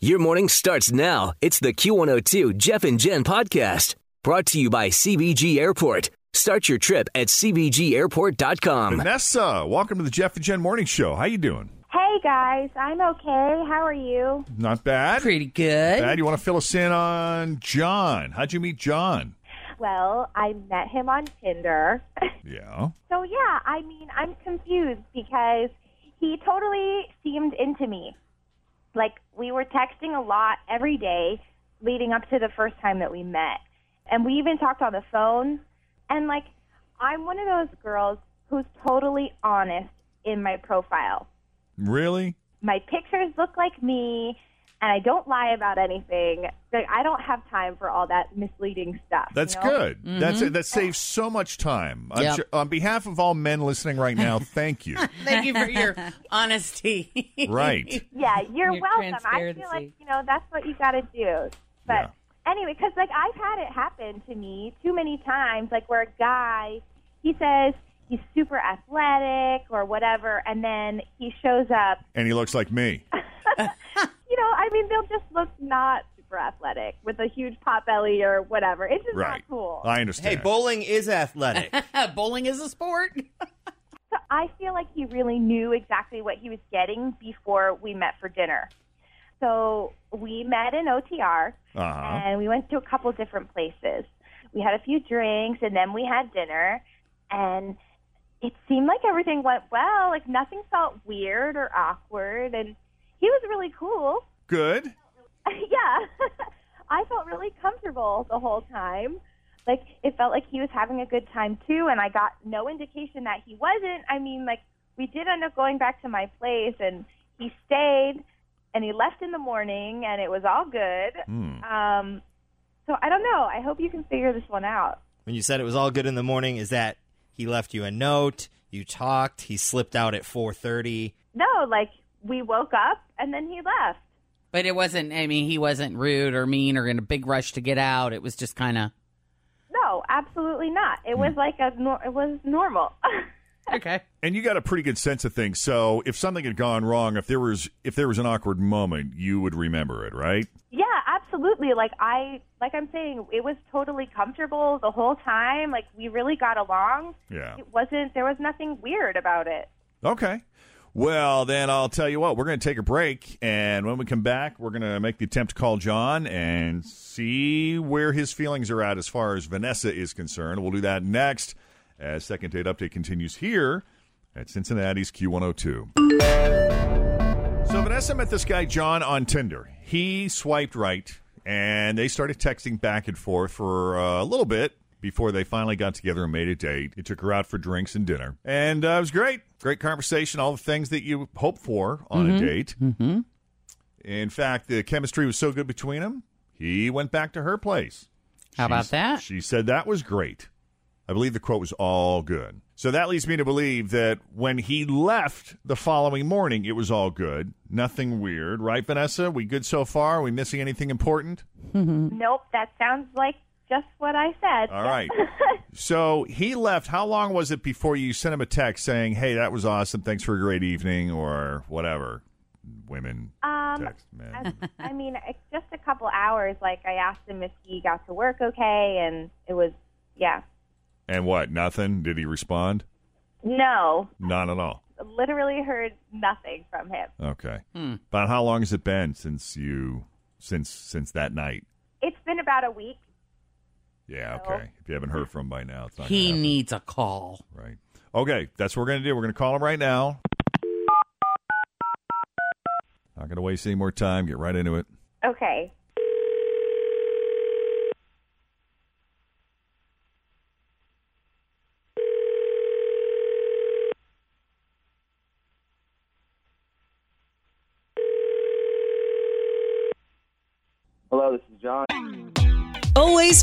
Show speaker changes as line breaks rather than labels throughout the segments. Your morning starts now. It's the Q102 Jeff and Jen podcast brought to you by CBG Airport. Start your trip at CBGAirport.com.
Vanessa, welcome to the Jeff and Jen Morning Show. How you doing?
Hey guys, I'm okay. How are you?
Not bad.
Pretty good.
Bad. You want to fill us in on John? How'd you meet John?
Well, I met him on Tinder.
Yeah.
So yeah, I mean, I'm confused because he totally seemed into me. Like we were texting a lot every day leading up to the first time that we met. And we even talked on the phone. And like I'm one of those girls who's totally honest in my profile.
Really?
my pictures look like me and I don't lie about anything. Like I don't have time for all that misleading stuff.
That's
you know?
good. That's that saves so much time. I'm
Mm-hmm. Yep.
sure- on behalf of all men listening right now, thank you.
Thank you for your honesty.
right.
Yeah, you're
Your
welcome. I feel like,
transparency.
you know, that's what you got to do. But anyway, 'cause like I've had it happen to me too many times, like where a guy, he says he's super athletic or whatever, and then he shows up.
And he looks like me.
You know, I mean, they'll just look not super athletic with a huge pot belly or whatever. It's just
Right.
not cool.
I understand.
Hey, bowling is athletic.
Uh, Bowling is a sport.
So I feel like he really knew exactly what he was getting before we met for dinner. So we met in OTR
Uh-huh.
and we went to a couple different places. We had a few drinks and then we had dinner and it seemed like everything went well. Like nothing felt weird or awkward and he was really cool.
Good.
yeah. I felt really comfortable the whole time. Like it felt like he was having a good time too and I got no indication that he wasn't. I mean, like we did end up going back to my place and he stayed and he left in the morning and it was all good. Um so I don't know. I hope you can figure this one out.
when you said it was all good in the morning, is that he left you a note? You talked. He slipped out at four thirty.
No, like we woke up and then he left.
But it wasn't, I mean, he wasn't rude or mean or in a big rush to get out. It was just Hmm. kind of,
No, absolutely not. It was like a nor- it was normal.
okay.
And you got a pretty good sense of things. So if something had gone wrong, if there was if there was an awkward moment, you would remember it, right?
Yeah, absolutely. Like I like I'm saying, it was totally comfortable the whole time. Like we really got along.
Yeah.
It wasn't there was nothing weird about it.
Okay. Well, then I'll tell you what, we're going to take a break. And when we come back, we're going to make the attempt to call John and see where his feelings are at as far as Vanessa is concerned. We'll do that next as Second Date Update continues here at Cincinnati's Q102. So Vanessa met this guy, John, on Tinder. He swiped right, and they started texting back and forth for uh, a little bit before they finally got together and made a date. He took her out for drinks and dinner, and uh, it was great. Great conversation, all the things that you hope for on a date. Mm-hmm. In fact, the chemistry was so good between them, he went back to her place.
How about
She's-
that?
She said that was great. I believe the quote was all good. So that leads me to believe that when he left the following morning, it was all good. Nothing weird, right, Vanessa? We good so far? we missing anything important?
Hmm.
Nope, that sounds like just what I said.
All right. so he left. How long was it before you sent him a text saying, hey, that was awesome. Thanks for a great evening or whatever? Women
Um
text, man.
I mean, it's just a couple hours like I asked him if he got to work okay and it was yeah.
and what? Nothing? Did he respond?
No,
Not at all.
literally heard nothing from him.
Okay. About how long has it been since you since since that night?
it's been about a week.
Yeah, okay. If you haven't heard from him by now, it's not
He
gonna happen,
needs a call.
right. Okay, that's what we're gonna do. We're gonna call him right now. Not gonna waste any more time. Get right into it.
Okay.
Hello, this is John.
Always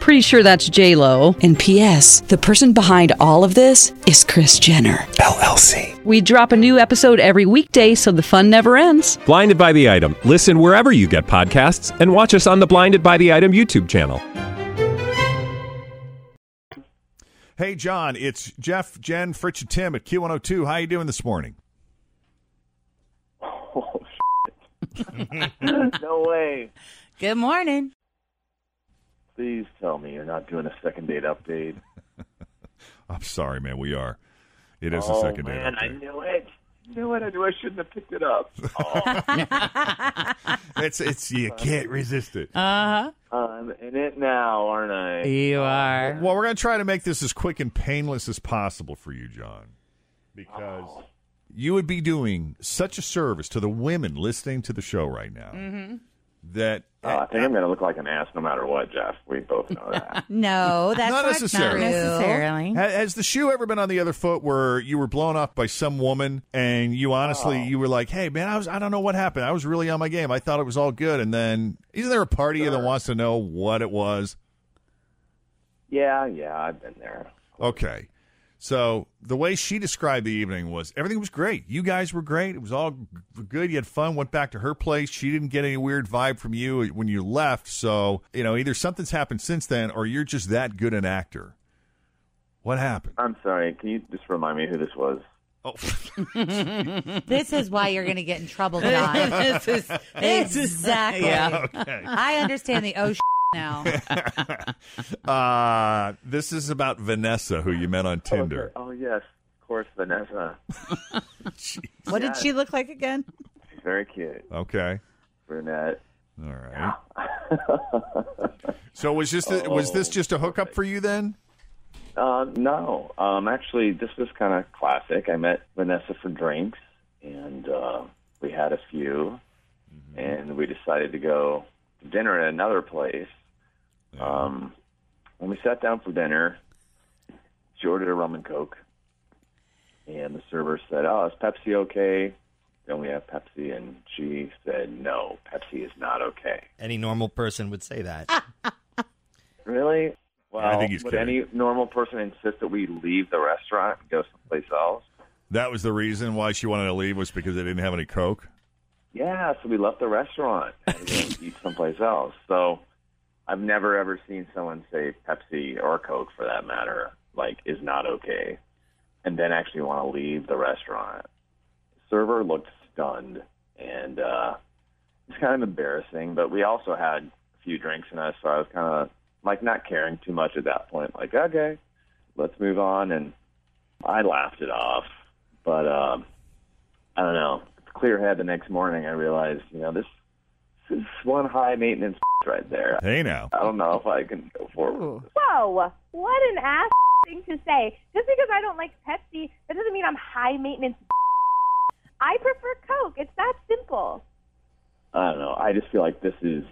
Pretty sure that's J Lo.
And P.S. The person behind all of this is Chris Jenner.
LLC.
We drop a new episode every weekday, so the fun never ends.
Blinded by the item. Listen wherever you get podcasts, and watch us on the Blinded by the Item YouTube channel.
Hey John, it's Jeff, Jen, Fritch, and Tim at Q one oh two. How you doing this morning?
Oh, shit. no way.
Good morning.
Please tell me you're not doing a second date update.
I'm sorry, man, we are. It is
oh,
the second day.
man,
out
I
there.
knew it. Knew it. I knew I shouldn't have picked it up. Oh,
It's it's you can't resist it.
Uh
I'm in it now, aren't I?
huh. You
Um,
are.
Well, we're going to try to make this as quick and painless as possible for you, John, because you would be doing such a service to the women listening to the show right now that
Mm-hmm. Oh, I
uh,
think I'm going to look like an ass no matter what, Jeff. We both know that.
No, that's
Not
not,
necessarily.
true.
Necessarily.
Ha- has the shoe ever been on the other foot where you were blown off by some woman and you honestly
Oh.
you were like, "Hey, man, I was I don't know what happened. I was really on my game. I thought it was all good." And then isn't there a part of you that wants to know what it was?
yeah, yeah, I've been there.
Okay. So the way she described the evening was everything was great. You guys were great. It was all g- good. You had fun. Went back to her place. She didn't get any weird vibe from you when you left. So you know either something's happened since then, or you're just that good an actor. What happened?
I'm sorry. Can you just remind me who this was?
Oh,
This is why you're going to get in trouble, Don.
this is this is-
exactly.
Yeah.
okay.
I understand the oh shit now.
Uh, this is about Vanessa, who you met on Tinder.
Oh, yes. Of course, Vanessa.
What did she look like again?
She's very cute.
Okay.
Brunette.
All right. So was just a, was this just a hookup for you then?
Uh, no, um, actually, this was kind of classic. I met Vanessa for drinks, and uh, we had a few, and we decided to go to dinner at another place. Um, when we sat down for dinner, she ordered a rum and coke, and the server said, "Oh, is Pepsi okay?" Then we have Pepsi, and she said, "No, Pepsi is not okay."
Any normal person would say that.
Really? Well,
I think he's
would
kidding.
any normal person insist that we leave the restaurant and go someplace else?
That was the reason why she wanted to leave was because they didn't have any coke.
Yeah, so we left the restaurant and we went to eat someplace else. So I've never ever seen someone say Pepsi or Coke for that matter, like, is not okay, and then actually want to leave the restaurant. Server looked stunned, and uh, it's kind of embarrassing, but we also had a few drinks in us, so I was kind of like not caring too much at that point. Like, okay, let's move on. And I laughed it off, but um, I don't know. Clear head the next morning, I realized, you know, this, this is one high maintenance right there.
Hey now.
I don't know if I can go forward.
Whoa, what an ass thing to say. Just because I don't like Pepsi, that doesn't mean I'm high maintenance. I prefer Coke. It's that simple.
I don't know. I just feel like this is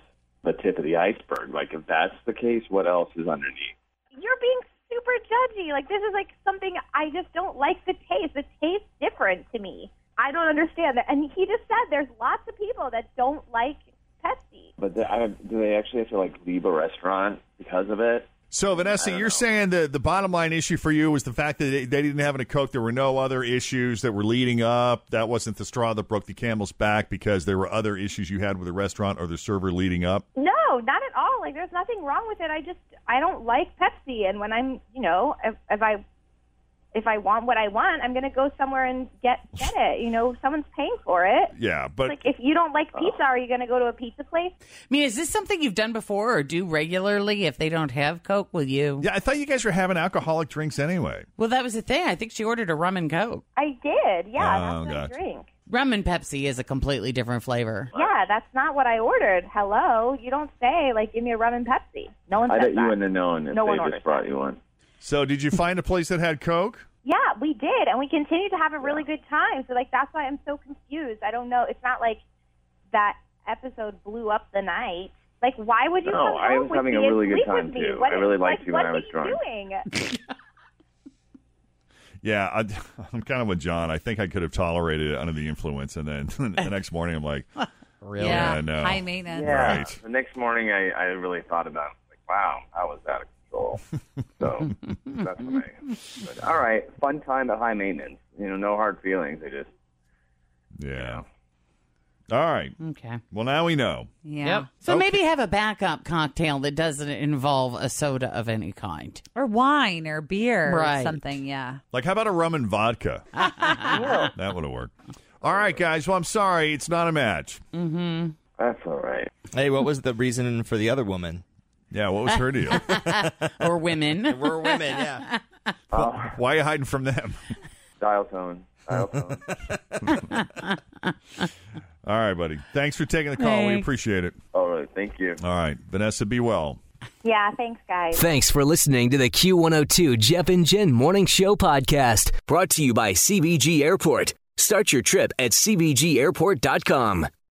the tip of the iceberg. Like, if that's the case, what else is underneath?
You're being super judgy. Like, this is like something I just don't like the taste. The taste's different to me. I don't understand that. And he just said there's lots of people that don't like Pepsi.
But the, I, do they actually have to like leave a restaurant because of it?
So, Vanessa, you're saying that the bottom line issue for you was the fact that they, they didn't have any coke. There were no other issues that were leading up. That wasn't the straw that broke the camel's back because there were other issues you had with the restaurant or the server leading up.
No, not at all. Like there's nothing wrong with it. I just I don't like Pepsi, and when I'm you know if, if I if I want what I want, I'm gonna go somewhere and get get it. You know, someone's paying for it.
Yeah,
It's like if you don't
uh,
like pizza, are you gonna go to a pizza place?
I mean, is this something you've done before or do regularly if they don't have Coke with you?
Yeah, I thought you guys were having alcoholic drinks anyway.
Well, that was the thing. I think she ordered a rum and Coke.
I did. Yeah,
Oh,
that's what
gotcha.
I drink.
Rum and Pepsi is a completely different flavor.
Yeah, that's not what I ordered. Hello, you don't say like give me a rum and Pepsi. No one
I
says
bet you
that.
wouldn't have known if
No one
they
orders
just brought you one.
So, did you find a place that had coke?
Yeah, we did, and we continued to have a really good time. So like that's why I'm so confused. I don't know. It's not like that episode blew up the night. Like why would you?
No,
come
I
home
was
with
having
me
a
and
really good
sleep with
time,
me?
too.
What
I
is-
really liked
like,
you
what
when I was
are you
drunk.
Doing?
Yeah, I, I'm kind of with John. I think I could have tolerated it under the influence, and then the next morning I'm like,
Really?
Yeah,
Yeah,
no.
high maintenance.
Yeah. Right.
The next morning, I, I really thought about it. Like, wow, I was out of control. So that's what I am. But, all right, fun time, but high maintenance. You know, no hard feelings. I just
yeah. All right.
Okay.
Well, now we know.
Yeah.
So maybe have a backup cocktail that doesn't involve a soda of any kind.
Or wine or beer
Right.
or something. Yeah.
Like, how about a rum and vodka?
"Oh,
that would have worked. All right, guys. Well, I'm sorry. It's not a match.
Mm-hmm.
That's all right.
Hey, what was the reason for the other woman?
Yeah, what was her deal?
or women.
We're women, yeah.
Why are you hiding from them?
dial tone. Dial tone.
All right, buddy. Thanks for taking the call. We
Thanks.
appreciate it.
All right. Oh, Thank you.
All right. Vanessa, be well.
Yeah, thanks, guys.
Thanks for listening to the Q102 Jeff and Jen Morning Show podcast, brought to you by CBG Airport. Start your trip at CBGAirport.com.